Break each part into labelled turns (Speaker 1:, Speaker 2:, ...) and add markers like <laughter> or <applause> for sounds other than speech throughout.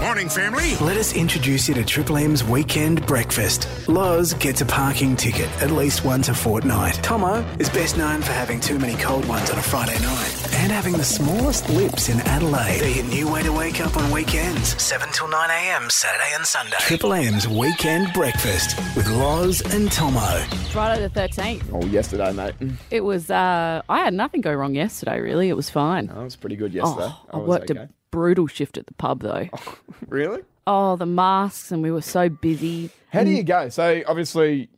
Speaker 1: morning, family.
Speaker 2: Let us introduce you to Triple M's weekend breakfast. Loz gets a parking ticket at least once a fortnight. Tomo is best known for having too many cold ones on a Friday night and having the smallest lips in Adelaide. They're your new way to wake up on weekends, 7 till 9 a.m. Saturday and Sunday. Triple M's weekend breakfast with Loz and Tomo.
Speaker 3: Friday the 13th.
Speaker 4: Oh, yesterday, mate.
Speaker 5: Mm.
Speaker 3: It was, uh, I had nothing go wrong yesterday, really. It was fine.
Speaker 4: That was pretty good yesterday.
Speaker 3: Oh, I worked
Speaker 4: okay.
Speaker 3: a brutal shift at the pub, though.
Speaker 4: Really?
Speaker 3: Oh, the masks, and we were so busy.
Speaker 4: How
Speaker 5: Mm.
Speaker 4: do you go? So obviously,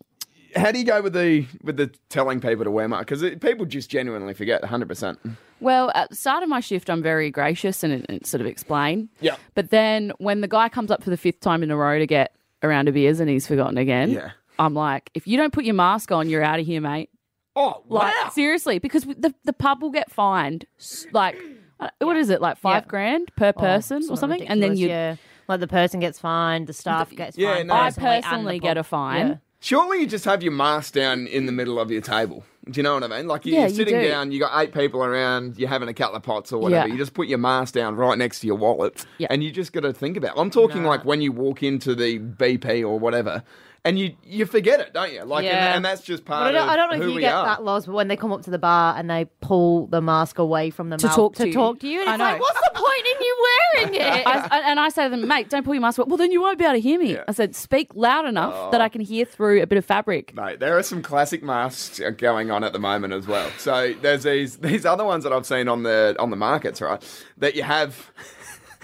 Speaker 4: how do you go with the with the telling people to wear masks? Because people just genuinely forget 100. percent
Speaker 3: Well, at the start of my shift, I'm very gracious and, and sort of explain.
Speaker 4: Yeah.
Speaker 3: But then when the guy comes up for the fifth time in a row to get a round of beers and he's forgotten again,
Speaker 4: Yeah.
Speaker 3: I'm like, if you don't put your mask on, you're out of here, mate.
Speaker 4: Oh,
Speaker 3: Like,
Speaker 4: wow.
Speaker 3: seriously, because the, the pub will get fined, s- like, uh, what is it, like five
Speaker 5: Yeah.
Speaker 3: grand
Speaker 4: Oh,
Speaker 3: per person or something? And then you,
Speaker 5: yeah. like the person gets fined, the staff gets
Speaker 4: Yeah,
Speaker 5: fined.
Speaker 4: no.
Speaker 3: I
Speaker 5: personally, and the
Speaker 3: personally
Speaker 5: pub-
Speaker 3: get a fine.
Speaker 5: Yeah.
Speaker 4: Surely you just have your mask down in the middle of your table. Do you know what I mean? Like you're
Speaker 3: Yeah, you
Speaker 4: sitting
Speaker 3: do.
Speaker 4: down, you got eight people around, you're having a couple of pots or whatever.
Speaker 3: Yeah.
Speaker 4: You just put your mask down right next to your wallet,
Speaker 3: Yeah.
Speaker 4: and you just got to think about. I'm talking like when you walk into the BP or whatever, and you you forget it, don't you? Like,
Speaker 5: Yeah.
Speaker 4: and, and that's just
Speaker 5: But
Speaker 4: part
Speaker 5: I don't,
Speaker 4: of
Speaker 5: I don't know
Speaker 4: who
Speaker 5: if you
Speaker 4: we
Speaker 5: get
Speaker 4: are.
Speaker 5: that lost, but when they come up to the bar and they pull the mask away from the
Speaker 3: To
Speaker 5: mouth
Speaker 3: talk to
Speaker 5: to
Speaker 3: you.
Speaker 5: talk to you, and
Speaker 3: I
Speaker 5: it's
Speaker 3: know.
Speaker 5: like, what's the point in you
Speaker 3: <laughs>
Speaker 5: wearing it?
Speaker 3: I, and I say to them, mate, don't pull your mask. up." Well, then you won't be able to hear me. I said, speak loud enough that
Speaker 4: Oh.
Speaker 3: I can hear through a bit of fabric.
Speaker 4: Mate, there are some classic masks going on at the moment as well. So there's these these other ones that I've seen on the on the markets, right? That you have <laughs>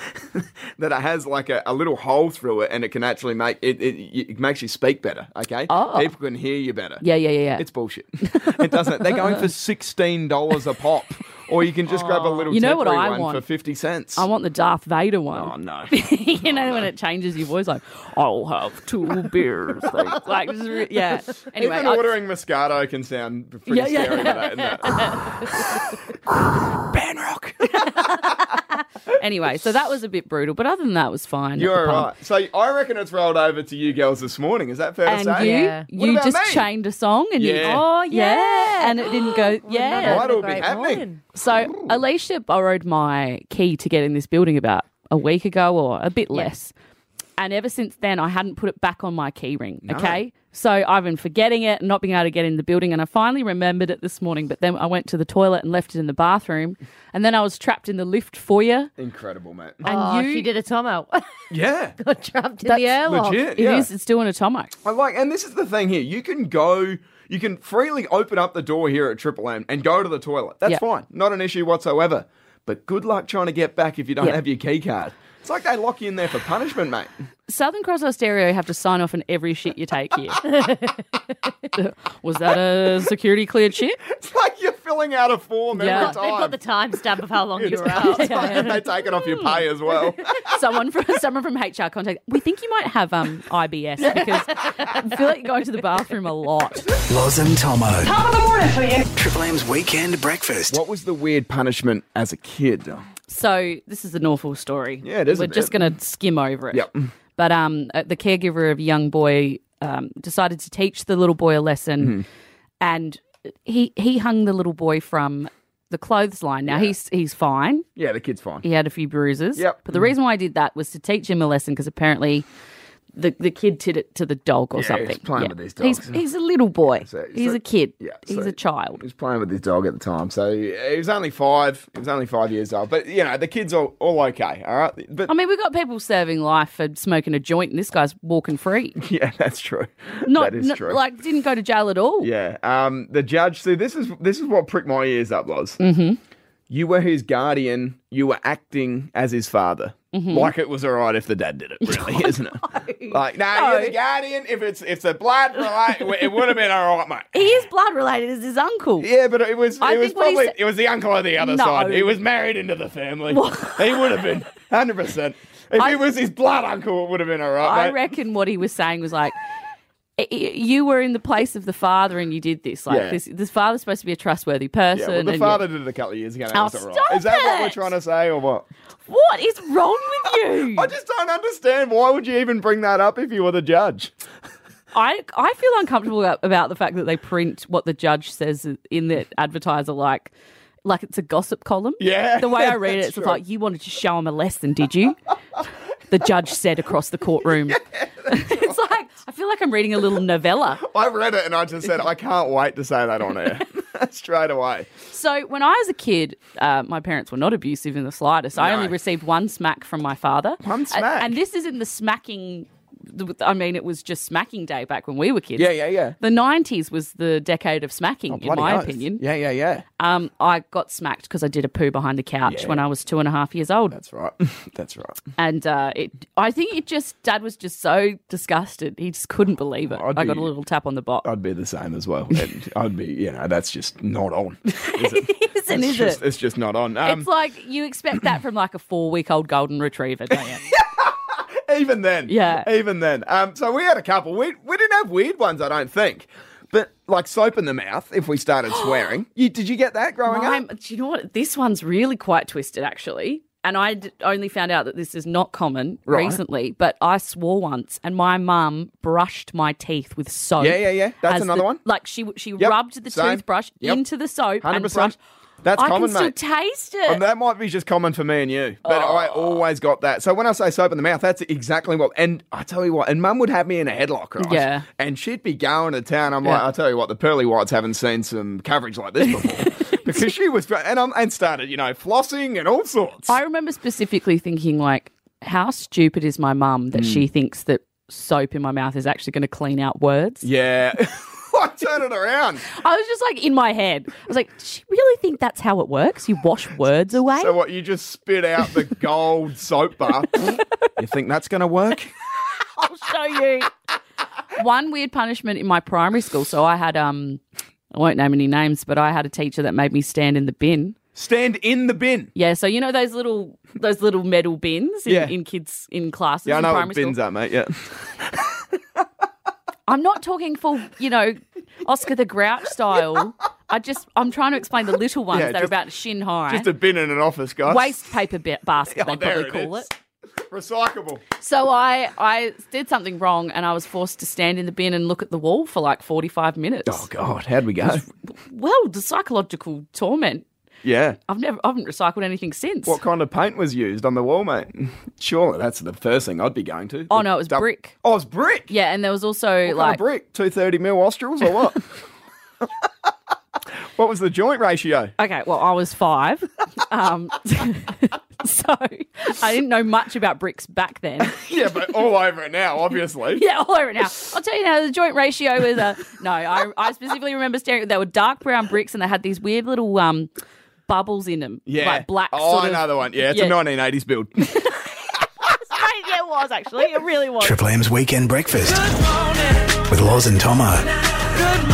Speaker 4: that it has like a, a little hole through it, and it can actually make it, it it makes you speak better. Okay,
Speaker 3: Oh.
Speaker 4: people can hear you better.
Speaker 3: Yeah, yeah, yeah, yeah.
Speaker 4: It's bullshit. <laughs> it doesn't. They're going for sixteen dollars a pop, or you can just grab a little
Speaker 3: Oh. You know what
Speaker 4: temporary
Speaker 3: I
Speaker 4: one
Speaker 3: want?
Speaker 4: for fifty cents.
Speaker 3: I want the Darth Vader one.
Speaker 4: oh no.
Speaker 3: <laughs> you know, when it changes your voice, like, I'll have
Speaker 4: <laughs>
Speaker 3: two beers. like, like, just re- yeah. Anyway,
Speaker 4: Even
Speaker 3: I-
Speaker 4: ordering Moscato can sound pretty
Speaker 3: Yeah, yeah.
Speaker 4: scary without it,
Speaker 3: <laughs>
Speaker 4: isn't it?
Speaker 2: Banrock.
Speaker 3: anyway, so that was a bit brutal, but other than that, it was fine. at the
Speaker 4: You're
Speaker 3: pub.
Speaker 4: right. So I reckon it's rolled over to you girls this morning. Is that fair
Speaker 3: And
Speaker 4: to
Speaker 3: you,
Speaker 4: say?
Speaker 5: Yeah.
Speaker 4: What
Speaker 3: you
Speaker 4: about
Speaker 3: just
Speaker 4: me?
Speaker 3: chained a song, and you,
Speaker 4: Yeah.
Speaker 3: oh yeah, and it didn't
Speaker 5: Oh,
Speaker 3: go, yeah.
Speaker 4: Why
Speaker 5: What
Speaker 4: do
Speaker 5: a
Speaker 4: it be
Speaker 5: great
Speaker 4: happening?
Speaker 5: morning.
Speaker 3: So Alicia borrowed my key to get in this building about a week ago or a bit less. And ever since then, I hadn't put it back on my key ring. Okay. So I've been forgetting it and not being able to get in the building. And I finally remembered it this morning. But then I went to the toilet and left it in the bathroom. And then I was trapped in the lift foyer.
Speaker 4: Incredible, mate.
Speaker 3: <laughs> And
Speaker 5: Oh,
Speaker 3: you
Speaker 5: she did a Tomo. <laughs>
Speaker 4: yeah.
Speaker 5: Got trapped in
Speaker 3: That's
Speaker 5: the airlock.
Speaker 4: Legit.
Speaker 3: It
Speaker 4: Yeah.
Speaker 3: is- It's doing a tomo.
Speaker 4: I like, and this is the thing here. You can go, you can freely open up the door here at Triple M and go to the toilet. That's
Speaker 3: Yeah.
Speaker 4: fine. Not an issue whatsoever. But good luck trying to get back if you don't
Speaker 3: Yeah.
Speaker 4: have your key card. It's like they lock you in there for punishment, mate. <laughs>
Speaker 3: Southern Cross Stereo have to sign off on every shit you take
Speaker 5: <laughs>
Speaker 3: here. <laughs> Was that a security cleared shit?
Speaker 4: It's like you're filling out a form
Speaker 3: Yeah.
Speaker 4: every
Speaker 3: They've
Speaker 5: They've got
Speaker 4: time.
Speaker 5: the timestamp of how long you
Speaker 4: <laughs>
Speaker 5: were
Speaker 4: It's-
Speaker 5: out. <laughs>
Speaker 4: and they take it off your pay as
Speaker 3: <laughs>
Speaker 4: well.
Speaker 3: someone from someone from HR contact. We think you might have um IBS because I feel like you're going to the bathroom a lot.
Speaker 2: Loz and Tomo. Top of the morning for you. Triple M's weekend breakfast.
Speaker 4: What was the weird punishment as a kid?
Speaker 3: So this is an awful story.
Speaker 4: Yeah, it is a
Speaker 3: We're
Speaker 4: bit.
Speaker 3: just going to skim over it.
Speaker 4: Yep.
Speaker 3: But um, uh, the caregiver of a young boy um, decided to teach the little boy a lesson,
Speaker 4: Mm-hmm.
Speaker 3: and he he hung the little boy from the clothesline. Now he's he's fine.
Speaker 4: Yeah, the kid's fine.
Speaker 3: He had a few bruises.
Speaker 4: Yep.
Speaker 3: But the reason why I did that was to teach him a lesson because apparently the, the kid did it to the dog or
Speaker 4: he's
Speaker 3: something.
Speaker 4: playing with these
Speaker 3: He's,
Speaker 4: dogs.
Speaker 3: he's a little boy.
Speaker 4: So-
Speaker 3: he's
Speaker 4: so-
Speaker 3: a kid.
Speaker 4: yeah,
Speaker 3: he's
Speaker 4: so-
Speaker 3: a child.
Speaker 4: He was playing with his dog at the time, so he was only five. He was only five years old, but you know the kids all all okay, all right. But
Speaker 3: I mean, we've got people serving life for smoking a joint, and this guy's walking
Speaker 4: <laughs>
Speaker 3: free.
Speaker 4: <laughs> yeah, that's true.
Speaker 3: Not,
Speaker 4: that is
Speaker 3: n-
Speaker 4: true.
Speaker 3: Like, didn't go to jail at all.
Speaker 4: yeah, um, the judge. See, this is this is what pricked my ears up, Loz. Mm-hmm. You were his guardian. You were acting as his father.
Speaker 3: Mm-hmm.
Speaker 4: Like it was all right if the
Speaker 3: <laughs>
Speaker 4: dad did it, really, isn't it? Like, no, you're the guardian. If it's if the blood, right, it would have been all right, mate.
Speaker 3: He is blood related. Is his uncle?
Speaker 4: Yeah, but it was it
Speaker 3: I
Speaker 4: was
Speaker 3: think what he
Speaker 4: probably
Speaker 3: said-
Speaker 4: it was the uncle on the other
Speaker 3: No.
Speaker 4: side. He was married into the family. he would have been hundred percent. If
Speaker 3: I-
Speaker 4: it was his blood uncle, it would have been all right.
Speaker 3: I
Speaker 4: mate.
Speaker 3: reckon what he was saying was like, "I- I- you were in the place of the father, and you did this. Like,
Speaker 4: Yeah.
Speaker 3: this, this father's supposed to be a trustworthy person.
Speaker 4: Yeah, well, the
Speaker 3: and
Speaker 4: father did it a couple of years ago. That
Speaker 3: Oh,
Speaker 4: was all right.
Speaker 3: stop
Speaker 4: Is that what we're
Speaker 3: it!
Speaker 4: trying to say, or what?
Speaker 3: you- what is wrong with you?
Speaker 4: <laughs> I just don't understand. Why would you even bring that up if you were the judge?
Speaker 3: I, I feel uncomfortable a- about the fact that they print what the judge says in the advertiser like like it's a gossip column.
Speaker 4: Yeah,
Speaker 3: The way I read it,
Speaker 4: that's
Speaker 3: it's
Speaker 4: true.
Speaker 3: like you <laughs> wanted to show him a lesson, did you? the judge said across the courtroom. <laughs> it's like, I feel like I'm reading a little novella.
Speaker 4: I read it and I just said, I can't wait to say that
Speaker 3: <laughs>
Speaker 4: on air <laughs> straight away.
Speaker 3: So when I was a kid, uh, my parents were not abusive in the slightest. I
Speaker 4: No.
Speaker 3: only received one smack from my father.
Speaker 4: One
Speaker 3: A-
Speaker 4: smack?
Speaker 3: and this isn't the smacking. I mean, it was just smacking day back when we were kids.
Speaker 4: Yeah, yeah, yeah.
Speaker 3: The '90s was the decade of smacking, in
Speaker 4: Oh, Bloody
Speaker 3: my
Speaker 4: oath.
Speaker 3: opinion.
Speaker 4: Yeah, yeah, yeah.
Speaker 3: Um, I got smacked because I did a poo behind the couch
Speaker 4: Yeah.
Speaker 3: when I was two and a half years old,
Speaker 4: That's right. <laughs> That's right.
Speaker 3: and uh, it. I think it just Dad was just so disgusted; he just couldn't believe it.
Speaker 4: I'd
Speaker 3: I got
Speaker 4: be-
Speaker 3: a little tap on the butt.
Speaker 4: I'd be the same as well. And I'd be, you know, that's just not on. Is
Speaker 3: <laughs>
Speaker 4: it?
Speaker 3: Isn't
Speaker 4: it's
Speaker 3: is
Speaker 4: just,
Speaker 3: it?
Speaker 4: It's just not on. Um,
Speaker 3: it's like you expect that from like a four-week-old golden retriever, don't you?
Speaker 4: even then.
Speaker 3: Yeah.
Speaker 4: Even then. Um, so we had a couple. We, we didn't have weird ones, I don't think. But like soap in the mouth if we started
Speaker 3: <gasps>
Speaker 4: swearing. You, did you get that growing
Speaker 3: Mine-
Speaker 4: up?
Speaker 3: do you know what? This one's really quite twisted, actually. And I d- only found out that this is not common
Speaker 4: Right.
Speaker 3: recently, but I swore once, and my mum brushed my teeth with soap.
Speaker 4: Yeah, yeah, yeah. That's
Speaker 3: as
Speaker 4: another
Speaker 3: the-
Speaker 4: one.
Speaker 3: Like she she
Speaker 4: Yep,
Speaker 3: rubbed the
Speaker 4: same.
Speaker 3: toothbrush
Speaker 4: Yep.
Speaker 3: into the soap and
Speaker 4: 100%.
Speaker 3: brushed.
Speaker 4: That's
Speaker 3: I
Speaker 4: common,
Speaker 3: can
Speaker 4: mate.
Speaker 3: still taste it.
Speaker 4: And that might be just common for me and you, but I
Speaker 3: Oh.
Speaker 4: always got that. So when I say soap in the mouth, that's exactly what. And I tell you what, and Mum would have me in a headlock, right?
Speaker 3: Yeah.
Speaker 4: And she'd be going to town. I'm like,
Speaker 3: Yeah.
Speaker 4: I tell you what, the pearly whites haven't seen some coverage like this
Speaker 3: <laughs>
Speaker 4: before because she was and i and started, you know, flossing and all sorts.
Speaker 3: I remember specifically thinking, like, how stupid is my mum that she
Speaker 4: Hmm.
Speaker 3: thinks that soap in my mouth is actually going to clean out words?
Speaker 4: yeah. <laughs> I turn it around.
Speaker 3: I was just like in my head. I was like, does she really think that's how it works? You wash words away?
Speaker 4: So what? You just spit out <laughs> the gold soap bar. you think that's going to work?
Speaker 3: I'll show you. One weird punishment in my primary school. So I had um, I won't name any names, but I had a teacher that made me stand in the bin.
Speaker 4: Stand in the bin.
Speaker 3: Yeah, so you know those little those little metal bins in,
Speaker 4: Yeah.
Speaker 3: in kids in classes.
Speaker 4: Yeah, I
Speaker 3: in
Speaker 4: know
Speaker 3: primary
Speaker 4: what bins
Speaker 3: school.
Speaker 4: are, mate. Yeah.
Speaker 3: I'm not talking for you know Oscar the Grouch style. I just I'm trying to explain the little ones
Speaker 4: Yeah,
Speaker 3: that
Speaker 4: just-
Speaker 3: are about shin high.
Speaker 4: Just a bin in an office, guys.
Speaker 3: Waste paper ba- basket, they
Speaker 4: Oh, there
Speaker 3: probably call
Speaker 4: is.
Speaker 3: it.
Speaker 4: Recyclable.
Speaker 3: So I, I did something wrong and I was forced to stand in the bin and look at the wall for like 45 minutes.
Speaker 4: Oh God, how'd we go?
Speaker 3: Well, the psychological torment.
Speaker 4: Yeah.
Speaker 3: I've never, I haven't recycled anything since.
Speaker 4: What kind of paint was used on the wall, mate? Surely that's the first thing I'd be going to.
Speaker 3: Oh, no, it was
Speaker 4: Dub-
Speaker 3: brick.
Speaker 4: Oh, it's brick.
Speaker 3: Yeah, and there was also
Speaker 4: What kind
Speaker 3: like
Speaker 4: of brick. Two thirty mil australs or
Speaker 3: <laughs>
Speaker 4: what? what was the joint ratio?
Speaker 3: okay, well, I was five,
Speaker 4: <laughs>
Speaker 3: um, <laughs> so I didn't know much about bricks back then.
Speaker 4: <laughs> Yeah, but all over it now, obviously.
Speaker 3: Yeah, all over now. I'll tell you now. The joint ratio was a no. I, I specifically remember staring. They were dark brown bricks, and they had these weird little um, bubbles in them,
Speaker 4: Yeah.
Speaker 3: like black.
Speaker 4: Oh,
Speaker 3: sort of-
Speaker 4: another one. Yeah, it's a
Speaker 3: Yeah. <laughs>
Speaker 4: 1980s build.
Speaker 3: yeah, it was actually. It really was.
Speaker 2: Triple M's Weekend Breakfast with Loz and Tomo.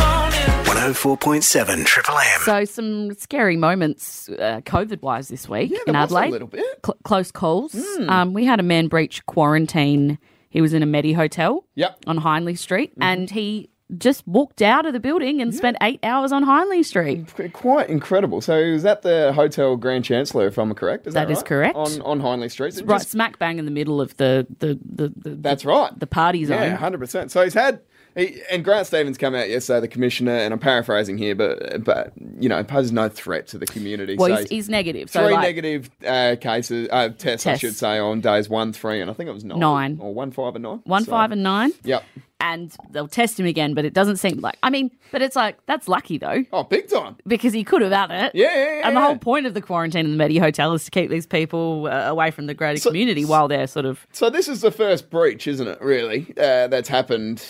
Speaker 2: 104.7 Triple M.
Speaker 3: So some scary moments, uh, COVID-wise, this week in
Speaker 4: there was a
Speaker 3: Adelaide.
Speaker 4: little bit. Hmm.
Speaker 3: Cl- close calls. Um, we had a man breach quarantine. He was in a Medi hotel.
Speaker 4: Yep. Mm-hmm.
Speaker 3: On Hindley Street, and he just walked out of the building and spent eight hours on Hindley Street.
Speaker 4: Qu- Quite incredible. So it was at the Hotel Grand Chancellor, if I'm correct. Is that,
Speaker 3: That is
Speaker 4: right?
Speaker 3: correct.
Speaker 4: On, on Hindley Street. It
Speaker 3: Right,
Speaker 4: just-
Speaker 3: smack bang in the middle of the the the, the
Speaker 4: that's right.
Speaker 3: the party zone.
Speaker 4: Yeah, hundred percent. So he's had, he, and Grant Stevens come out yesterday, the commissioner, and I'm paraphrasing here, but but you know poses no threat to the community.
Speaker 3: well,
Speaker 4: so
Speaker 3: he's, he's negative. So
Speaker 4: three
Speaker 3: like,
Speaker 4: negative uh, cases, uh, tests, I
Speaker 3: Tests.
Speaker 4: should say, on days one, three, and I think it was nine,
Speaker 3: Nine.
Speaker 4: or one, five, and nine.
Speaker 3: one,
Speaker 4: So-
Speaker 3: five, and nine.
Speaker 4: Yep.
Speaker 3: And they'll test him again, but it doesn't seem like. I mean, but it's like that's lucky though.
Speaker 4: Oh, big time.
Speaker 3: because he could have had it.
Speaker 4: Yeah, yeah, yeah,
Speaker 3: And the
Speaker 4: yeah.
Speaker 3: whole point of the quarantine in the Medi Hotel is to keep these people uh, away from the greater
Speaker 4: So-
Speaker 3: community while they're sort of.
Speaker 4: So this is the first breach, isn't it? Really, uh, that's happened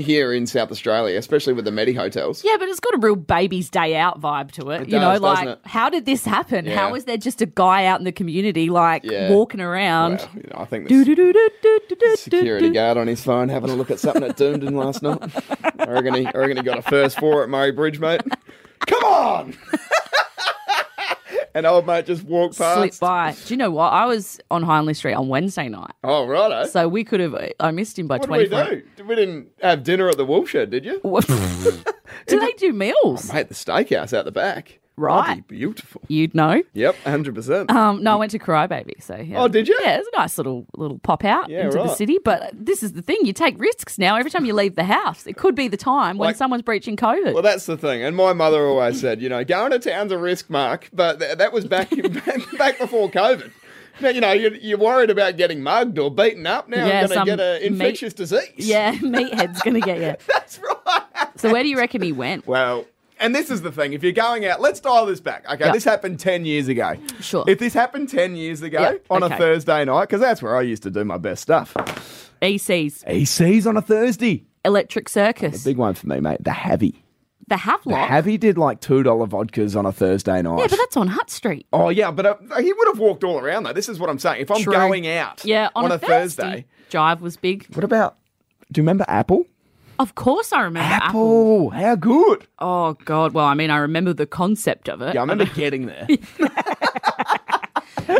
Speaker 4: here in South Australia, especially with the Medi hotels.
Speaker 3: Yeah, but it's got a real baby's day out vibe to it.
Speaker 4: It
Speaker 3: you know,
Speaker 4: does, doesn't
Speaker 3: like,
Speaker 4: it?
Speaker 3: how did this happen?
Speaker 4: Yeah.
Speaker 3: How is there just a guy out in the community, like,
Speaker 4: Yeah.
Speaker 3: walking around?
Speaker 4: Well, you know, I think
Speaker 3: Do,
Speaker 4: this
Speaker 3: do, do, do, do, do, do,
Speaker 4: security
Speaker 3: do.
Speaker 4: guard on his phone having a look at something at Doomden
Speaker 3: <laughs>
Speaker 4: last night. I reckon he, I reckon he got a first four at Murray Bridge, mate.
Speaker 3: <laughs>
Speaker 4: Come on! and old mate just walked
Speaker 3: Slip
Speaker 4: past.
Speaker 3: by. Do you know what? I was on Hindley Street on Wednesday night,
Speaker 4: Oh, righto.
Speaker 3: so we could have. I missed him by
Speaker 4: what did we
Speaker 3: 24.
Speaker 4: do? Did- We didn't have dinner at the Wolf Shed, did you?
Speaker 3: do? they <laughs> do meals?
Speaker 4: Mate, the steakhouse out the back.
Speaker 3: Right.
Speaker 4: Bloody beautiful.
Speaker 3: You'd know.
Speaker 4: Yep, 100%.
Speaker 3: Um, no, I went to Crybaby. So yeah.
Speaker 4: Oh, did you?
Speaker 3: Yeah, it was a nice little little pop out
Speaker 4: Yeah,
Speaker 3: into
Speaker 4: right.
Speaker 3: the city. But this is the thing: you take risks now. Every time you leave the house, it could be the time when
Speaker 4: Like-
Speaker 3: someone's breaching COVID.
Speaker 4: Well, that's the thing. And my mother <laughs> always said, you know, going to town's a risk, Mark. But th- that was back back before COVID. Now, you know, you're, you're worried about getting mugged or beaten up. Now
Speaker 3: Yeah,
Speaker 4: I'm going
Speaker 3: some
Speaker 4: to get an
Speaker 3: meat-
Speaker 4: infectious disease.
Speaker 3: Yeah, <laughs> meathead's gonna get you.
Speaker 4: <laughs> That's right.
Speaker 3: So where do you reckon he went?
Speaker 4: Well, and this is the thing. If you're going out, let's dial this back. Okay,
Speaker 3: Yeah.
Speaker 4: this happened 10 years ago.
Speaker 3: Sure.
Speaker 4: If this happened 10 years ago
Speaker 3: Yeah,
Speaker 4: on
Speaker 3: okay.
Speaker 4: a Thursday night, because that's where I used to do my best stuff,
Speaker 3: EC's
Speaker 4: EC's on a Thursday.
Speaker 3: E Electric Circus,
Speaker 4: Big one for me, mate. The Heavy.
Speaker 3: the Havelock.
Speaker 4: The Heavy did like $2 vodkas on a Thursday night.
Speaker 3: yeah, but that's on Hutt Street.
Speaker 4: Oh yeah, but uh, he would have walked all around though. This is what I'm saying. If I'm
Speaker 3: True.
Speaker 4: going out,
Speaker 3: Yeah, on,
Speaker 4: a, Thursday.
Speaker 3: Jive was big.
Speaker 4: What about? Do you remember Apple?
Speaker 3: Of course, I remember Apple.
Speaker 4: Apple, how good!
Speaker 3: Oh God! Well, I mean, I remember the concept of it.
Speaker 4: Yeah, I remember getting there.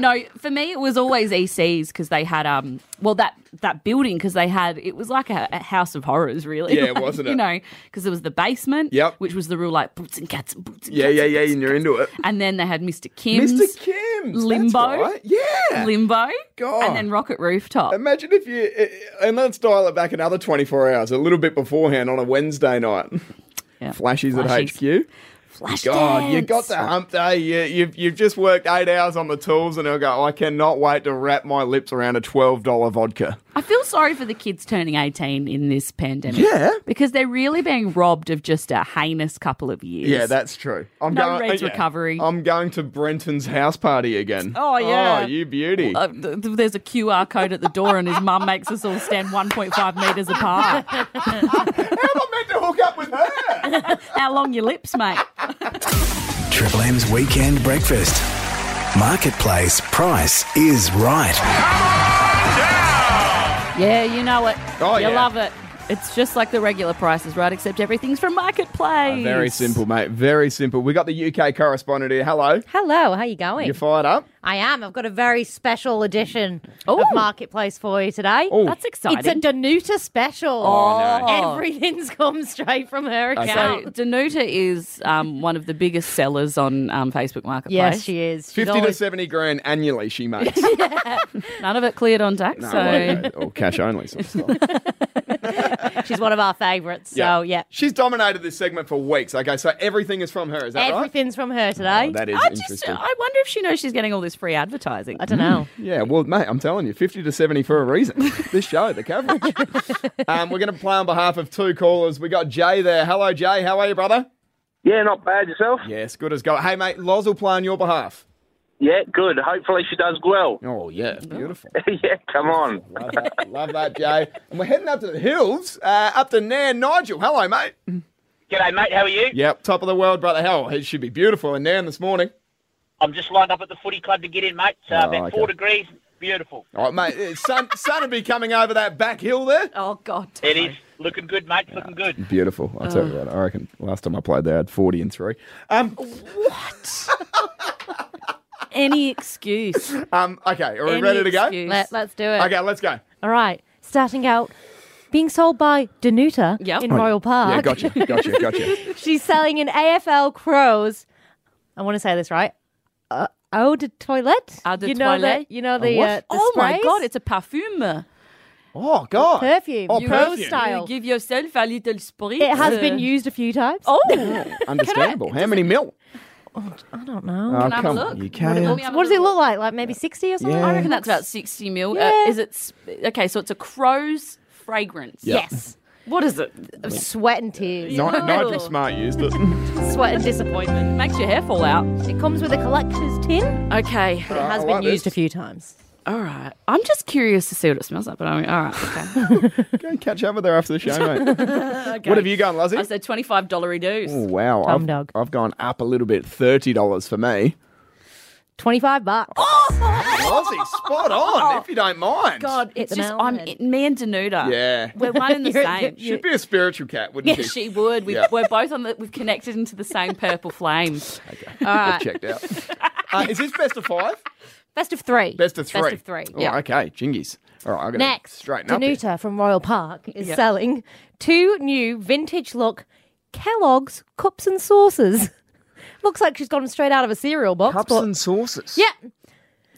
Speaker 3: no, for me, it was always ECs because they had um, well that that building because they had it was like a, a house of horrors, really.
Speaker 4: Yeah,
Speaker 3: <laughs> Like,
Speaker 4: wasn't
Speaker 3: You
Speaker 4: it?
Speaker 3: know, because there was the basement.
Speaker 4: Yep.
Speaker 3: Which was the real like boots and cats and boots. And
Speaker 4: <laughs> Yeah,
Speaker 3: cats
Speaker 4: yeah,
Speaker 3: and
Speaker 4: yeah,
Speaker 3: boots
Speaker 4: and you're into it.
Speaker 3: cats. And then they had Mr. Kim's,
Speaker 4: Mr. Kim's that's
Speaker 3: Limbo?
Speaker 4: right. Yeah.
Speaker 3: Limbo,
Speaker 4: God.
Speaker 3: and then Rocket Rooftop.
Speaker 4: Imagine if you uh, and let's dial it back another 24 hours, a little bit beforehand on a Wednesday night. <laughs>
Speaker 3: Yeah.
Speaker 4: Flashies, at HQ.
Speaker 3: Flash
Speaker 4: God, you
Speaker 3: dance.
Speaker 4: got the hump day. You, you've you've just worked eight hours on the tools, and I'll go. I cannot wait to wrap my lips around a twelve dollar vodka.
Speaker 3: I feel sorry for the kids turning 18 in this pandemic.
Speaker 4: Yeah.
Speaker 3: Because they're really being robbed of just a heinous couple of years.
Speaker 4: Yeah, that's true. I'm
Speaker 3: No
Speaker 4: going
Speaker 3: Reed's
Speaker 4: yeah.
Speaker 3: recovery.
Speaker 4: I'm going to Brenton's house party again.
Speaker 3: Oh, yeah.
Speaker 4: Oh, you beauty.
Speaker 3: Uh, th- th- there's a QR code at the door, and his mum makes us all stand 1.5 metres
Speaker 5: <laughs>
Speaker 3: apart.
Speaker 4: How am I meant to hook up with her?
Speaker 3: How long your lips, mate?
Speaker 2: Triple M's Weekend Breakfast. Marketplace price is right.
Speaker 3: Yeah, you know it.
Speaker 4: Oh,
Speaker 3: you
Speaker 4: yeah.
Speaker 3: love it. It's just like the regular prices, right? Except everything's from Marketplace.
Speaker 4: Very simple, mate. Very simple. We got the UK correspondent here. Hello.
Speaker 5: Hello, how you going?
Speaker 4: You fired up?
Speaker 5: I am. I've got a very special edition
Speaker 3: Ooh.
Speaker 5: of Marketplace for you today.
Speaker 4: Oh.
Speaker 3: That's exciting.
Speaker 5: It's a Danuta special.
Speaker 4: Oh,
Speaker 3: no.
Speaker 5: Everything's come straight from her
Speaker 3: so
Speaker 5: account.
Speaker 3: Danuta is um, one of the biggest sellers on um, Facebook Marketplace.
Speaker 5: Yes, she is. She's
Speaker 4: 50 to
Speaker 5: always-
Speaker 4: 70 grand annually
Speaker 3: <laughs>
Speaker 4: she makes.
Speaker 3: None of it cleared on tax.
Speaker 4: No,
Speaker 3: so <laughs>
Speaker 4: okay. Or cash only sort of stuff.
Speaker 5: She's one of our favourites. So, yeah.
Speaker 4: She's dominated this segment for weeks. Okay, so everything is from her. Is that right?
Speaker 5: Everything's from her today.
Speaker 4: Oh, that is
Speaker 3: I just,
Speaker 4: interesting.
Speaker 3: I wonder if she knows she's getting all this free advertising.
Speaker 5: I don't know.
Speaker 4: Yeah, well, mate, I'm telling you, 50 to 70 for a reason. <laughs> this show, the coverage.
Speaker 3: <laughs>
Speaker 4: um, we're going to play on behalf of two callers. We got Jay there. Hello, Jay. How are you, brother?
Speaker 1: Yeah, not bad yourself.
Speaker 4: Yes, good as gold. Hey, mate, Loz will play on your behalf.
Speaker 1: Yeah, good. Hopefully she does well.
Speaker 4: Oh, yeah. Beautiful.
Speaker 1: <laughs> yeah, come on.
Speaker 4: Love that, love that, Jay. And we're heading up to the hills, uh, up to Nairn. Nigel, hello, mate.
Speaker 1: G'day, mate. How are you?
Speaker 4: Yep, top of the world, brother. Hell, it should be beautiful in Nairn this morning.
Speaker 1: I'm just lined up at the footy club to get in, mate. It's, uh,
Speaker 4: Oh,
Speaker 1: about
Speaker 4: okay.
Speaker 1: four degrees. Beautiful.
Speaker 4: All right, mate, uh, sun, <laughs> sun will be coming over that back hill there.
Speaker 3: <laughs> Oh God,
Speaker 1: It is looking good, mate. It's Looking good.
Speaker 4: Beautiful. I tell you
Speaker 3: Oh.
Speaker 4: what, I reckon last time I played there, I had 40 and 3. Um,
Speaker 3: Any excuse.
Speaker 4: um, okay, are we
Speaker 3: Any
Speaker 4: ready to go?
Speaker 3: excuse.
Speaker 5: Let, us do it.
Speaker 4: Okay, let's go.
Speaker 5: All right. Starting out, being sold by Danuta
Speaker 3: Yep.
Speaker 5: in
Speaker 3: Oh,
Speaker 5: Royal Park.
Speaker 4: Yeah, gotcha, gotcha, gotcha.
Speaker 5: <laughs> She's selling an AFL Crows. I want to say this right. Uh, eau de toilette.
Speaker 3: Eau de
Speaker 5: you know
Speaker 3: toilette.
Speaker 5: The, you know the.
Speaker 4: what?
Speaker 5: Uh, the
Speaker 3: oh my
Speaker 5: sprays?
Speaker 3: God, it's a perfume.
Speaker 4: Oh, God.
Speaker 5: Perfume.
Speaker 4: Oh,
Speaker 5: You
Speaker 4: perfume. <laughs>
Speaker 5: rose style. Style.
Speaker 3: You give yourself a little spritz. Uh,
Speaker 5: It has been used a few times.
Speaker 3: Oh,
Speaker 4: Understandable. How many mil?
Speaker 5: I don't know.
Speaker 4: Oh,
Speaker 3: can I have a look?
Speaker 4: You
Speaker 3: Let
Speaker 4: can.
Speaker 3: me have a
Speaker 5: what does it
Speaker 3: look?
Speaker 5: look like? Like maybe sixty or something.
Speaker 4: Yeah.
Speaker 3: I reckon that's about sixty mil.
Speaker 5: Yeah.
Speaker 3: Uh, is it sp- okay? So it's a crow's fragrance.
Speaker 5: Yes.
Speaker 3: What is it?
Speaker 5: Of sweat and tears,
Speaker 4: Ni- Nigel
Speaker 3: Oh.
Speaker 4: Smart used it.
Speaker 3: <laughs>
Speaker 5: sweat and disappointment.
Speaker 3: Makes your hair fall out.
Speaker 5: It comes with a collector's tin.
Speaker 3: Okay.
Speaker 5: It has
Speaker 4: I
Speaker 5: been
Speaker 4: like
Speaker 5: used
Speaker 4: this.
Speaker 5: a few times.
Speaker 3: All right. I'm just curious to see what it smells like. But I mean, all right. Okay.
Speaker 4: Go and catch up with her after the show,
Speaker 3: <laughs>
Speaker 4: mate. What have you gone,
Speaker 3: I
Speaker 4: Luzzy?
Speaker 3: said twenty-five dollar reduce.
Speaker 4: Oh, wow.
Speaker 5: Tom
Speaker 4: I've,
Speaker 5: dog.
Speaker 4: I've gone up a little bit. $30 for me.
Speaker 5: Twenty-five bucks.
Speaker 4: Luzzy, spot on, if you don't mind.
Speaker 3: Oh. God,
Speaker 5: Hit
Speaker 3: it's
Speaker 5: the
Speaker 3: just
Speaker 5: nail on
Speaker 3: I'm
Speaker 5: the head.
Speaker 3: it, me and Danuta.
Speaker 4: Yeah.
Speaker 3: we're one and the
Speaker 5: <laughs> You're-
Speaker 3: same.
Speaker 5: you're-
Speaker 4: She'd be a spiritual cat, wouldn't
Speaker 3: Yeah,
Speaker 4: she?
Speaker 3: she would.
Speaker 5: <laughs>
Speaker 3: We've,
Speaker 4: Yeah.
Speaker 3: We're both on the. We've connected into the same purple flame.
Speaker 4: I've checked out.
Speaker 3: <laughs>
Speaker 4: Uh, is this best of five?
Speaker 5: Best of three.
Speaker 4: Best of three.
Speaker 5: Best of three.
Speaker 4: Oh,
Speaker 5: yeah.
Speaker 4: Okay, jingies. All right, I'm going to
Speaker 5: Next,
Speaker 4: straighten up. here.
Speaker 5: Danuta from Royal Park is
Speaker 3: Yep.
Speaker 5: selling two new vintage look Kellogg's cups and saucers. <laughs> Looks like she's gone straight out of a cereal box.
Speaker 4: Cups
Speaker 5: but-
Speaker 4: and sauces.
Speaker 5: yeah,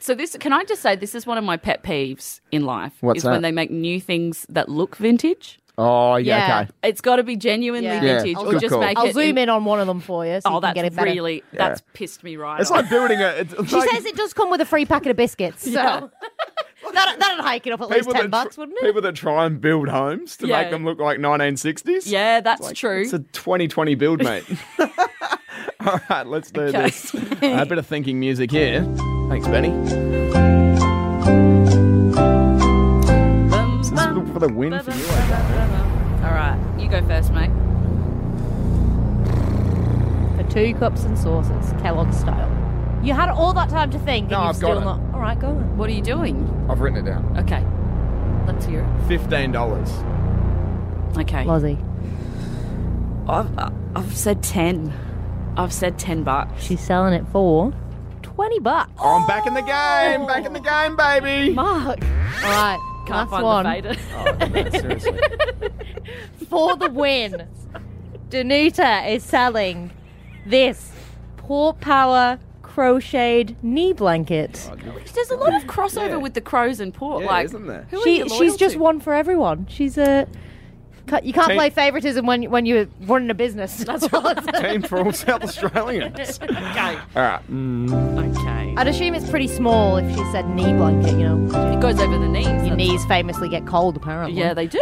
Speaker 3: So this, can I just say, this is one of my pet peeves in life.
Speaker 4: What's
Speaker 3: is
Speaker 4: that?
Speaker 3: when they make new things that look vintage.
Speaker 4: Oh, yeah,
Speaker 5: Yeah.
Speaker 4: okay.
Speaker 3: It's got to be genuinely
Speaker 5: Yeah.
Speaker 4: Yeah,
Speaker 3: vintage,
Speaker 4: it's
Speaker 3: or
Speaker 4: good
Speaker 3: just
Speaker 4: call.
Speaker 3: make
Speaker 5: I'll
Speaker 3: it.
Speaker 5: zoom in on one of them for you. So
Speaker 3: oh,
Speaker 5: you can
Speaker 3: that's
Speaker 5: get it better.
Speaker 3: really that's pissed me right.
Speaker 4: It's
Speaker 3: off.
Speaker 4: like building a. It's, it's
Speaker 5: She
Speaker 4: like
Speaker 5: says it does come with a free packet of biscuits. So
Speaker 3: Yeah.
Speaker 5: that'd, that'd hike it up at least
Speaker 4: people
Speaker 5: ten
Speaker 4: that tr-
Speaker 5: bucks, wouldn't it?
Speaker 4: People that try and build homes to
Speaker 3: Yeah.
Speaker 4: make them look like 1960s.
Speaker 3: yeah, that's true.
Speaker 4: It's a 2020 build,
Speaker 5: <laughs>
Speaker 4: mate. All right, let's do
Speaker 3: Okay.
Speaker 4: this. A bit of thinking music here. Thanks, Benny.
Speaker 3: Bum,
Speaker 4: This is
Speaker 3: bum,
Speaker 4: for the win
Speaker 3: bum,
Speaker 4: for
Speaker 3: bum,
Speaker 4: <laughs> you.
Speaker 3: bum, bum, bum. All right, you go first, mate.
Speaker 5: for two cups and sauces, Kellogg style. You had all that time to think,
Speaker 4: No,
Speaker 5: and you've
Speaker 4: I've got
Speaker 5: still
Speaker 4: it.
Speaker 5: not. All right, go on.
Speaker 3: What are you doing?
Speaker 4: I've written it down.
Speaker 3: Okay, let's hear it.
Speaker 4: $15.
Speaker 3: Okay,
Speaker 5: Lozzie,
Speaker 3: I've uh, I've said ten. I've said ten bucks.
Speaker 5: she's selling it for twenty bucks.
Speaker 4: Oh, I'm back in the game. Back in the game,
Speaker 5: <laughs>
Speaker 4: baby.
Speaker 5: Mark. All right,
Speaker 3: Can't
Speaker 5: last
Speaker 3: find
Speaker 5: one
Speaker 3: the fader. <laughs>
Speaker 4: Seriously.
Speaker 5: <laughs> for the win. Danuta is selling this Port Power crocheted knee blanket.
Speaker 3: There's a lot of crossover
Speaker 4: Yeah.
Speaker 3: with the crows and port.
Speaker 4: Yeah,
Speaker 3: like,
Speaker 4: isn't there?
Speaker 3: Who are
Speaker 5: She,
Speaker 3: you
Speaker 5: she's
Speaker 3: loyal
Speaker 5: just
Speaker 3: to?
Speaker 5: one for everyone. She's a. ca- You can't
Speaker 4: Team-
Speaker 5: play favoritism when when you're running a business. <laughs> That's what.
Speaker 4: Team for all South
Speaker 5: <laughs>
Speaker 4: Australians.
Speaker 3: Okay.
Speaker 4: All right.
Speaker 3: Okay.
Speaker 5: I'd assume it's pretty small if she said knee blanket. You know,
Speaker 3: It goes over the knees.
Speaker 5: your
Speaker 3: that's-
Speaker 5: knees famously get cold apparently.
Speaker 3: Yeah, they <laughs> do.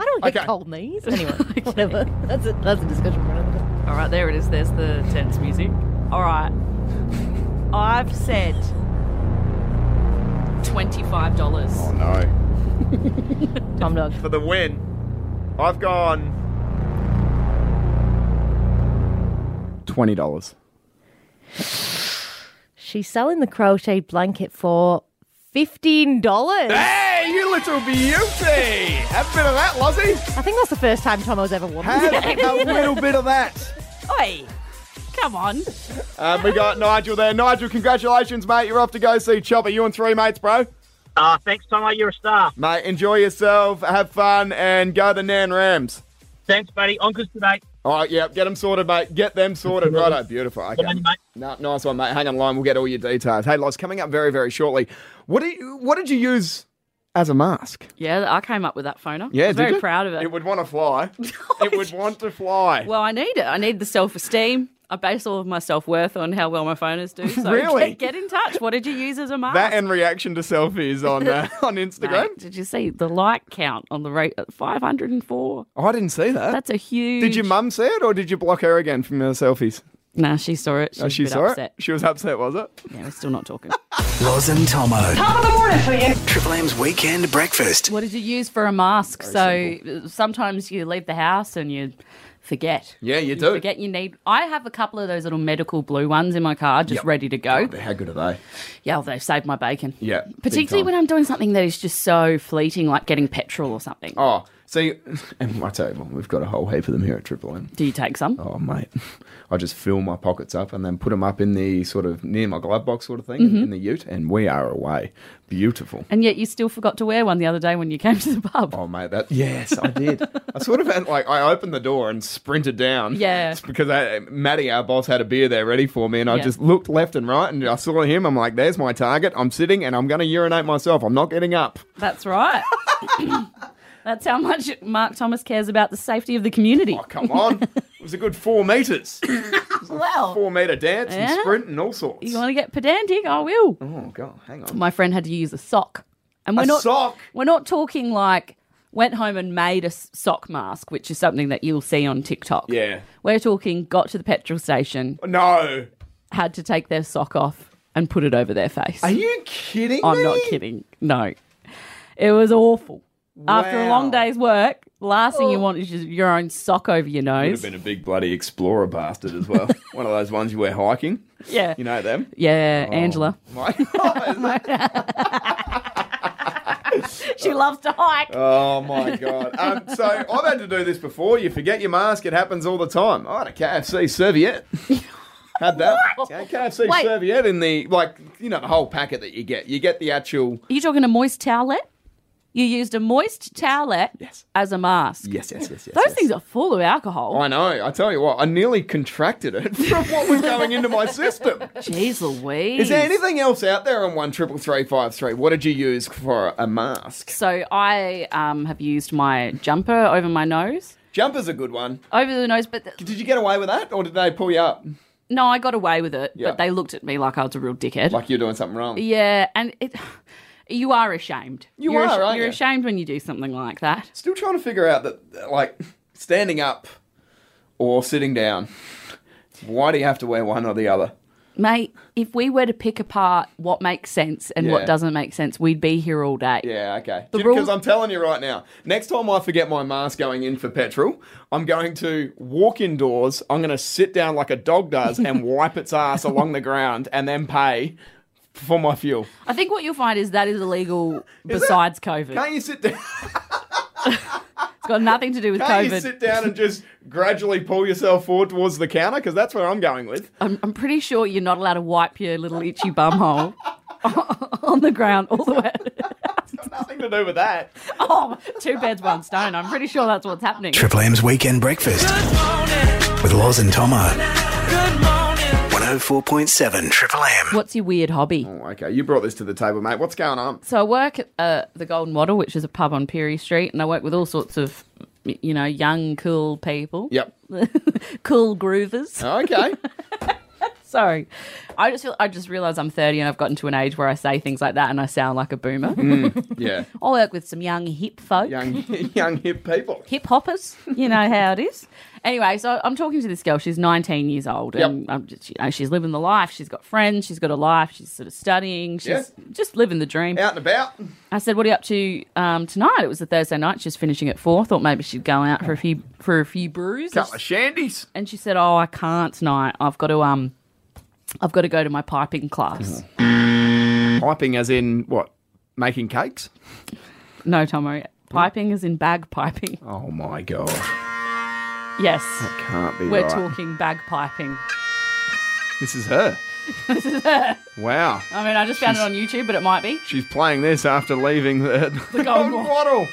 Speaker 5: I don't get
Speaker 4: Okay.
Speaker 5: cold <laughs> knees anyway. Whatever. That's a, that's a discussion for another. day.
Speaker 3: All right, there it is. There's the tense music. All right. I've said $25.
Speaker 4: Oh, no.
Speaker 5: Tom Dog.
Speaker 4: For the win, I've gone. $20.
Speaker 5: She's selling the crochet blanket for fifteen dollars.
Speaker 4: Hey, you little beauty! Have a bit of that, Lozzie.
Speaker 5: I think that's the first time Tomo's ever won.
Speaker 4: Have a little bit of that.
Speaker 3: Oi! Come on.
Speaker 4: Um, we got Nigel there. Nigel, congratulations, mate. You're off to go see Chopper. You and three mates, bro.
Speaker 1: Ah, thanks, Tomo. You're a star.
Speaker 4: Mate, enjoy yourself, have fun, and go the Nan Rams.
Speaker 1: Thanks, buddy. Onkers today.
Speaker 4: All right, yeah, get them sorted, mate. Get them sorted. Righto, beautiful. Okay.
Speaker 1: Good night,
Speaker 4: No, nice one, mate. Hang on line. We'll get all your details. Hey, Loz, coming up very, very shortly. What did you, what did you use as a mask?
Speaker 3: Yeah, I came up with that phoner.
Speaker 4: Yeah,
Speaker 3: I was
Speaker 4: did
Speaker 3: very
Speaker 4: you?
Speaker 3: proud of it.
Speaker 4: It would want to <laughs> fly. it would want to fly.
Speaker 3: well, I need it. I need the self esteem. I base all of my self worth on how well my phoners do.
Speaker 4: <laughs>
Speaker 3: So
Speaker 4: Really?
Speaker 3: get, get in touch. What did you use as a mask?
Speaker 4: that and reaction to selfies on <laughs> uh, on
Speaker 3: Mate,
Speaker 4: Instagram.
Speaker 3: did you see the like count on the rate? 504.
Speaker 4: Oh, I didn't see that.
Speaker 3: That's a huge.
Speaker 4: did your mum see it or did you block her again from her selfies?
Speaker 3: Nah, she saw it. She,
Speaker 4: Oh,
Speaker 3: was
Speaker 4: she
Speaker 3: a bit
Speaker 4: saw
Speaker 3: upset.
Speaker 4: it. She was upset, was it?
Speaker 3: Yeah, we're still not
Speaker 4: <laughs>
Speaker 3: talking.
Speaker 2: Loz and Tomo. Top of the morning for you. Triple M's Weekend Breakfast.
Speaker 3: What did you use for a mask? so uh, sometimes you leave the house and you forget.
Speaker 4: Yeah, you
Speaker 3: you
Speaker 4: do.
Speaker 3: forget you need. I have a couple of those little medical blue ones in my car, just ready to go.
Speaker 4: Oh, How good are they?
Speaker 3: Yeah, they've saved my bacon.
Speaker 4: Yeah, big
Speaker 3: particularly
Speaker 4: time.
Speaker 3: when I'm doing something that is just so fleeting, like getting petrol or something.
Speaker 4: Oh, see, <laughs> and I tell you what, we've got a whole heap of them here at Triple M.
Speaker 3: Do you take some?
Speaker 4: Oh, mate, <laughs> I just fill my pockets up and then put them up in the sort of near my glove box sort of thing
Speaker 3: Mm-hmm.
Speaker 4: in the ute, and we are away. Beautiful.
Speaker 3: And yet you still forgot to wear one the other day when you came to the pub.
Speaker 4: Oh, mate, that yes,
Speaker 3: <laughs>
Speaker 4: I did. I sort of had like I opened the door and sprinted down.
Speaker 3: Yeah.
Speaker 4: It's because I, Maddie, our boss, had a beer there ready for me, and I
Speaker 3: Yeah.
Speaker 4: just looked left and right, and I saw him. I'm like, "There's my target. I'm sitting, and I'm going to urinate myself. I'm not getting up."
Speaker 3: That's right.
Speaker 4: <laughs>
Speaker 3: That's how much Mark Thomas cares about the safety of the community.
Speaker 4: Oh, come on.
Speaker 3: <laughs>
Speaker 4: it was a good four metres.
Speaker 3: well,
Speaker 4: Four metre dance and
Speaker 3: Yeah.
Speaker 4: sprint and all sorts.
Speaker 3: you want to get pedantic? I will.
Speaker 4: Oh, God, hang on.
Speaker 3: my friend had to use a sock. And we're
Speaker 4: A
Speaker 3: not
Speaker 4: sock?
Speaker 3: We're not talking like went home and made a s- sock mask, which is something that you'll see on TikTok.
Speaker 4: Yeah.
Speaker 3: We're talking got to the petrol station,
Speaker 4: No.
Speaker 3: had to take their sock off and put it over their face.
Speaker 4: Are you kidding
Speaker 3: I'm not
Speaker 4: me?
Speaker 3: kidding. No. It was awful. After a
Speaker 4: Wow.
Speaker 3: long day's work, last thing you want is just your own sock over your
Speaker 4: Would have
Speaker 3: nose.
Speaker 4: been a big bloody explorer bastard as <laughs> well. One of those ones you wear hiking.
Speaker 3: Yeah.
Speaker 4: You know them.
Speaker 3: Yeah, Angela.
Speaker 4: My- <laughs> oh, my,
Speaker 3: <laughs> She loves to hike.
Speaker 4: Oh, god. Um, so I've had to do this before. You forget your mask. It happens all the time. I had a KFC <laughs> serviette. Had that Yeah, KFC
Speaker 5: Wait.
Speaker 4: serviette in the like you know the whole packet that you get. You get the actual
Speaker 3: Are you talking a moist towelette? You used a moist towelette
Speaker 4: Yes.
Speaker 3: as a mask.
Speaker 4: Yes, yes, yes, yes.
Speaker 3: Those
Speaker 4: yes.
Speaker 3: things are full of alcohol.
Speaker 4: I know. I tell you what, I nearly contracted it <laughs> from what was going into my system.
Speaker 3: Jeez Louise.
Speaker 4: Is there anything else out there on one triple three five three? What did you use for a mask?
Speaker 3: So I um, have used my jumper over my nose,
Speaker 4: Jumper's a good one.
Speaker 3: over the nose, but th-
Speaker 4: Did you get away with that, or did they pull you up
Speaker 3: no, I got away with it.
Speaker 4: Yeah.
Speaker 3: But they looked at me like I was a real dickhead.
Speaker 4: like you're doing something wrong?
Speaker 3: yeah, and it, <sighs> you are ashamed.
Speaker 4: You
Speaker 3: You're
Speaker 4: are, aren't
Speaker 3: You're
Speaker 4: you?
Speaker 3: ashamed when you do something like that.
Speaker 4: Still trying to figure out that, like, standing up or sitting down. Why do you have to wear one or the other?
Speaker 3: Mate, if we were to pick apart what makes sense and
Speaker 4: Yeah.
Speaker 3: what doesn't make sense, we'd be here all day.
Speaker 4: Yeah, okay.
Speaker 3: The
Speaker 4: Because
Speaker 3: rules-
Speaker 4: I'm telling you right now, next time I forget my mask going in for petrol, I'm going to walk indoors, I'm going to sit down like a dog does
Speaker 3: <laughs>
Speaker 4: and wipe its ass along the ground and then pay for my fuel.
Speaker 3: I think what you'll find is that is illegal
Speaker 4: Is it?
Speaker 3: besides COVID.
Speaker 4: Can't you sit down?
Speaker 3: It's got nothing to do with
Speaker 4: Can't you
Speaker 3: COVID.
Speaker 4: sit down and just gradually pull yourself forward towards the counter? Because that's where I'm going with.
Speaker 3: I'm, I'm pretty sure you're not allowed to wipe your little itchy bum hole <laughs> on the ground all the way.
Speaker 4: <laughs>
Speaker 3: <laughs>
Speaker 4: Nothing to do with that.
Speaker 3: oh, two beds, one stone. I'm pretty sure that's what's happening.
Speaker 2: Triple M's Weekend Breakfast with Loz and Tomo. 104.7 Triple M.
Speaker 3: What's your weird hobby?
Speaker 4: Oh, okay, you brought this to the table, mate. What's going on?
Speaker 3: So I work at uh, the Golden Waddle, which is a pub on Peary Street, and I work with all sorts of, you know, young, cool people.
Speaker 4: Yep.
Speaker 3: <laughs> cool groovers.
Speaker 4: <laughs> Okay.
Speaker 3: Sorry, I just feel, I just realised I'm 30 and I've gotten to an age where I say things like that and I sound like a boomer.
Speaker 4: Yeah.
Speaker 3: I work with some young hip folk,
Speaker 4: Mm. Young, <laughs> young hip people.
Speaker 3: hip hoppers. You know how it is. Anyway, so I'm talking to this girl. She's 19 years old, and
Speaker 4: Yep.
Speaker 3: I'm just, you know, she's living the life. She's got friends. She's got a life. She's sort of studying. She's
Speaker 4: Yeah.
Speaker 3: just living the dream.
Speaker 4: Out and about.
Speaker 3: I said, "What are you up to um, tonight?" It was a Thursday night. She was finishing at four. Thought maybe she'd go out for a few for a few brews.
Speaker 4: Couple of shandies.
Speaker 3: and she said, "Oh, I can't tonight. I've got to um, I've got to go to my piping class."
Speaker 4: Uh-huh. Piping as in what? Making cakes?
Speaker 3: No, Tomo, piping is in bagpiping. <laughs>
Speaker 4: Oh my god.
Speaker 3: Yes,
Speaker 4: Can't be
Speaker 3: we're
Speaker 4: right.
Speaker 3: talking bagpiping.
Speaker 4: This is her. <laughs> this is her. Wow.
Speaker 3: I mean, I just found it on YouTube, but it might be.
Speaker 4: She's playing this after leaving the, <laughs> the
Speaker 3: Golden
Speaker 4: Waddle.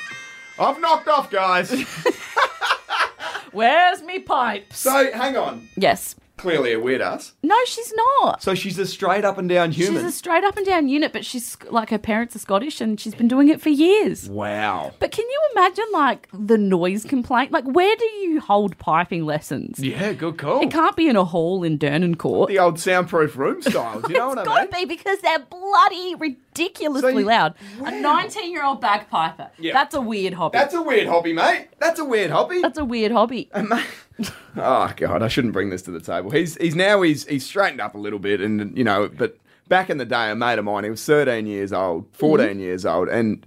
Speaker 4: I've knocked off, <laughs> guys.
Speaker 3: Where's me pipes?
Speaker 4: so hang on.
Speaker 3: yes.
Speaker 4: Clearly a weird ass.
Speaker 3: No, she's not.
Speaker 4: So she's a straight up and down human.
Speaker 3: She's a straight up and down unit, but she's like her parents are Scottish and she's been doing it for years.
Speaker 4: wow.
Speaker 3: But can you imagine like the noise complaint? Like where do you hold piping lessons?
Speaker 4: Yeah, good call.
Speaker 3: It can't be in a hall in Dernan Court.
Speaker 4: the old soundproof room
Speaker 3: <laughs>
Speaker 4: style. Do you know what
Speaker 3: it's
Speaker 4: I
Speaker 3: got
Speaker 4: mean?
Speaker 3: to be because they're bloody ridiculously
Speaker 4: So you-
Speaker 3: loud. A 19 year old bagpiper.
Speaker 4: Yep.
Speaker 3: That's a weird hobby.
Speaker 4: That's
Speaker 3: That's a,
Speaker 4: a weird hobby, mate. That's a weird hobby.
Speaker 3: weird hobby.
Speaker 4: Oh god, I shouldn't bring this to the table. He's he's now he's he's straightened up a little bit, and you know, but back in the day, a mate of mine, he was thirteen years old,
Speaker 3: Mm-hmm.
Speaker 4: 14 years old, and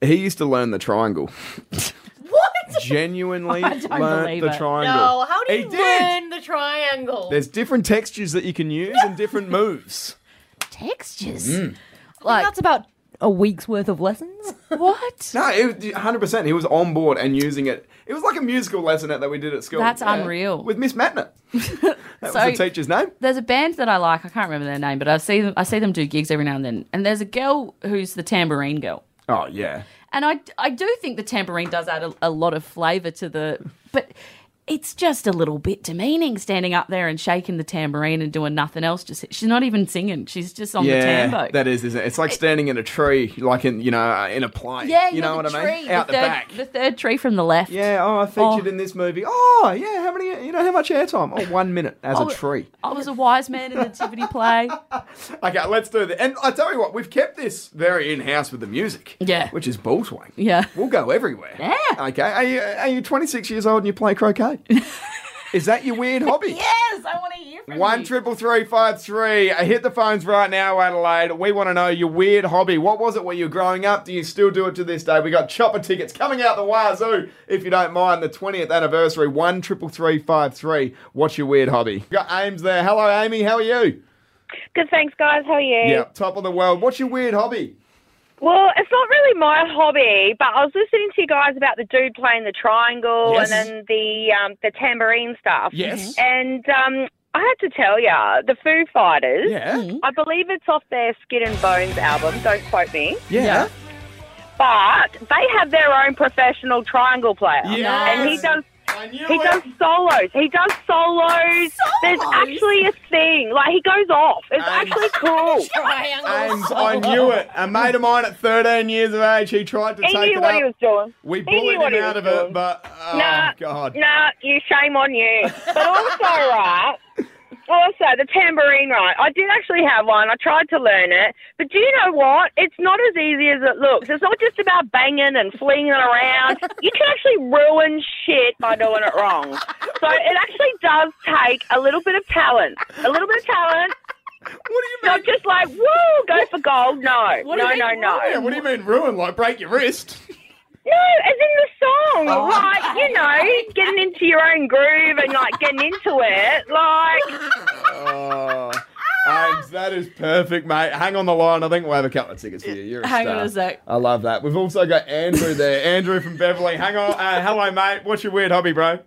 Speaker 4: he used to learn
Speaker 3: <laughs>
Speaker 4: the triangle.
Speaker 5: What?
Speaker 4: Genuinely
Speaker 3: I don't
Speaker 4: learned
Speaker 3: believe
Speaker 4: the
Speaker 3: it.
Speaker 4: triangle.
Speaker 5: No, how do
Speaker 4: He
Speaker 5: you
Speaker 4: did.
Speaker 5: learn the triangle?
Speaker 4: There's different textures that you can use
Speaker 3: <laughs>
Speaker 4: and different moves.
Speaker 3: Textures.
Speaker 4: Mm.
Speaker 5: I think
Speaker 3: Like,
Speaker 5: that's about a week's worth of lessons.
Speaker 3: what?
Speaker 4: No, it was 100%. He was on board and using it. It was like a musical lesson that that we did at school.
Speaker 3: That's unreal.
Speaker 4: With
Speaker 3: <laughs>
Speaker 4: Miss Matner. That
Speaker 3: So-
Speaker 4: was the teacher's name.
Speaker 3: There's a band that I like. I can't remember their name, but I see them. I see them do gigs every now and then. And there's a girl who's the tambourine girl.
Speaker 4: Oh, yeah.
Speaker 3: And I, I do think the tambourine does add a, a lot of flavour to the, but it's just a little bit demeaning standing up there and shaking the tambourine and doing nothing else. Just she's not even singing. She's just on the
Speaker 4: Yeah,
Speaker 3: tambo.
Speaker 4: that is, isn't it? It's like standing in a tree, like in you know, uh, in a plane.
Speaker 3: yeah,
Speaker 4: you
Speaker 3: you're
Speaker 4: know
Speaker 3: the
Speaker 4: what
Speaker 3: tree,
Speaker 4: I mean? Out
Speaker 3: the,
Speaker 4: the,
Speaker 3: third,
Speaker 4: back.
Speaker 3: the third tree from the left.
Speaker 4: Yeah, oh, I featured
Speaker 3: Oh.
Speaker 4: in this movie. Oh, yeah, how many? You know how much airtime? Oh, one minute as
Speaker 3: Oh,
Speaker 4: a tree.
Speaker 3: I was a wise man in the Nativity
Speaker 4: <laughs>
Speaker 3: play.
Speaker 4: Okay, let's do that. And I tell you what, we've kept this very in house with the music.
Speaker 3: Yeah.
Speaker 4: which is ball swing.
Speaker 3: Yeah.
Speaker 4: we'll go everywhere.
Speaker 3: Yeah.
Speaker 4: Okay, are you are you 26 years old and you
Speaker 3: <laughs>
Speaker 4: play croquet? is that your weird hobby?
Speaker 3: yes, I want to hear from
Speaker 4: One
Speaker 3: you.
Speaker 4: triple three five three. Uh, Hit the phones right now, Adelaide. We want to know your weird hobby. What was it when you were growing up? Do you still do it to this day? We got chopper tickets coming out the wazoo. If you don't mind, the twentieth anniversary. One triple three five three. What's your weird hobby? We got Ames there. Hello, Amy. How are you?
Speaker 6: Good, thanks, guys. How are you?
Speaker 4: Yeah, top of the world. What's your weird hobby?
Speaker 6: Well, it's not really my hobby, but I was listening to you guys about the dude playing the triangle
Speaker 4: Yes.
Speaker 6: and then the um, the tambourine stuff.
Speaker 1: Mm-hmm.
Speaker 4: Yes.
Speaker 6: And um, I had to tell you, the Foo Fighters.
Speaker 4: Yeah.
Speaker 6: I believe it's off their Skin and Bones album. Don't quote me.
Speaker 4: Yeah.
Speaker 6: But but they have their own professional triangle player. And he does he does solos. He does solos. There's actually a thing. Like he goes off. It's
Speaker 4: Um,
Speaker 6: actually
Speaker 4: <laughs>
Speaker 6: cool.
Speaker 4: And I knew it. A mate of mine at 13 years of age, he tried to
Speaker 6: He
Speaker 4: take
Speaker 6: knew
Speaker 4: it
Speaker 6: what
Speaker 4: up.
Speaker 6: he was doing.
Speaker 4: we
Speaker 6: he knew
Speaker 4: bullied
Speaker 6: what
Speaker 4: him
Speaker 6: he
Speaker 4: out
Speaker 6: was
Speaker 4: of it,
Speaker 6: doing.
Speaker 4: but oh
Speaker 6: Nah,
Speaker 4: god,
Speaker 6: nah, you shame on you. But also, right. Also, the tambourine, right? I did actually have one. I tried to learn it, but do you know what? It's not as easy as it looks. It's not just about banging and flinging around. You can actually ruin shit by doing it wrong. So it actually does take a little bit of talent, a little bit of talent.
Speaker 4: what do you mean?
Speaker 6: Not just like woo, go for gold. No,
Speaker 3: What do
Speaker 6: no,
Speaker 3: you
Speaker 6: no,
Speaker 3: mean
Speaker 6: no.
Speaker 4: Yeah, what do you mean ruin? Like break your wrist? <laughs>
Speaker 6: No, as in the song, like you know, getting into your own groove and like getting into it, like Ah.
Speaker 4: Oh, Ames, that is perfect, mate. Hang on the line. I think we'll have a couple of tickets for you. You're a
Speaker 3: Hang
Speaker 4: star.
Speaker 3: on a sec.
Speaker 4: I love that. We've also got Andrew there. Andrew from Beverly. Hang on. Uh, hello, mate. What's your weird hobby, bro?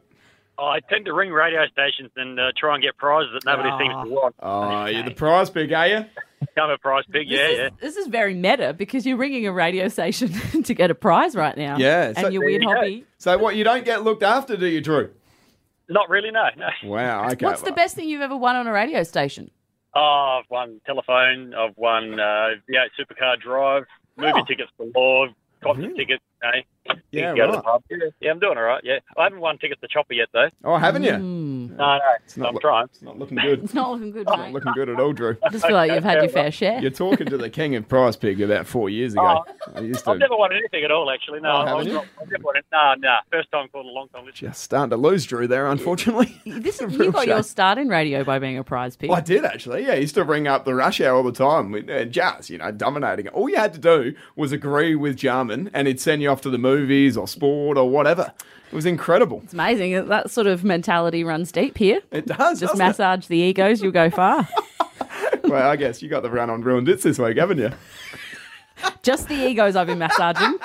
Speaker 1: Oh, I tend to ring radio stations and uh, try and get prizes that nobody seems to want.
Speaker 4: Oh, you're the prize pick, are you?
Speaker 1: Become a prize pig,
Speaker 3: This
Speaker 1: yeah,
Speaker 3: is,
Speaker 1: yeah.
Speaker 3: This is very meta because you're ringing a radio station <laughs> to get a prize right now.
Speaker 4: Yeah,
Speaker 3: And
Speaker 4: so-
Speaker 3: your weird
Speaker 1: There you go.
Speaker 3: hobby.
Speaker 4: So what? You don't get looked after, do you, Drew?
Speaker 1: Not really, no, no.
Speaker 4: Wow. Okay.
Speaker 3: What's the best thing you've ever won on a radio station?
Speaker 1: Oh, I've won telephone, I've won uh, V8 supercar drive, movie
Speaker 3: Oh.
Speaker 1: tickets for law, concert tickets, you know. things
Speaker 4: Yeah,
Speaker 1: to go to the
Speaker 4: right.
Speaker 1: pub. Yeah, yeah, I'm doing all right, yeah. I haven't won tickets to Chopper yet, though.
Speaker 4: Oh, haven't you?
Speaker 3: Mm,
Speaker 1: No, no,
Speaker 4: not
Speaker 1: I'm
Speaker 4: what-
Speaker 1: trying.
Speaker 4: It's not looking
Speaker 3: <laughs>
Speaker 4: good.
Speaker 3: it's not looking good,
Speaker 4: It's not
Speaker 3: mate.
Speaker 4: looking good at all, Drew.
Speaker 3: I just feel like you've had your
Speaker 1: fair
Speaker 3: fair share.
Speaker 4: <laughs> You're talking to the king of prize pig about four years ago. I used
Speaker 1: Oh, I've
Speaker 4: to
Speaker 1: never won anything at all, actually. No,
Speaker 4: Oh,
Speaker 1: I
Speaker 4: haven't
Speaker 1: was
Speaker 4: you?
Speaker 1: not, I've never won it. No, no. First time called a long time listener.
Speaker 4: just starting to lose Drew there, unfortunately. <laughs>
Speaker 3: This
Speaker 4: It's a
Speaker 3: is,
Speaker 4: real
Speaker 3: you got your
Speaker 4: shame.
Speaker 3: start in radio by being a prize pick.
Speaker 4: I did actually. Yeah, I used to ring up the rush hour all the time with uh, Jazz, you know, dominating it. All you had to do was agree with Jarman and he'd send you off to the movies or sport or whatever. It was incredible.
Speaker 3: It's amazing. that- That sort of mentality runs deep here.
Speaker 4: It does.
Speaker 3: Just
Speaker 4: doesn't it?
Speaker 3: massage the egos, you'll go far.
Speaker 4: <laughs> Well, I guess you got the run on ruined it this week, haven't you?
Speaker 3: Just the egos I've been massaging.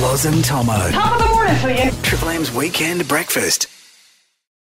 Speaker 2: Loz and Tomo. Top of the morning for you. Triple M's Weekend Breakfast.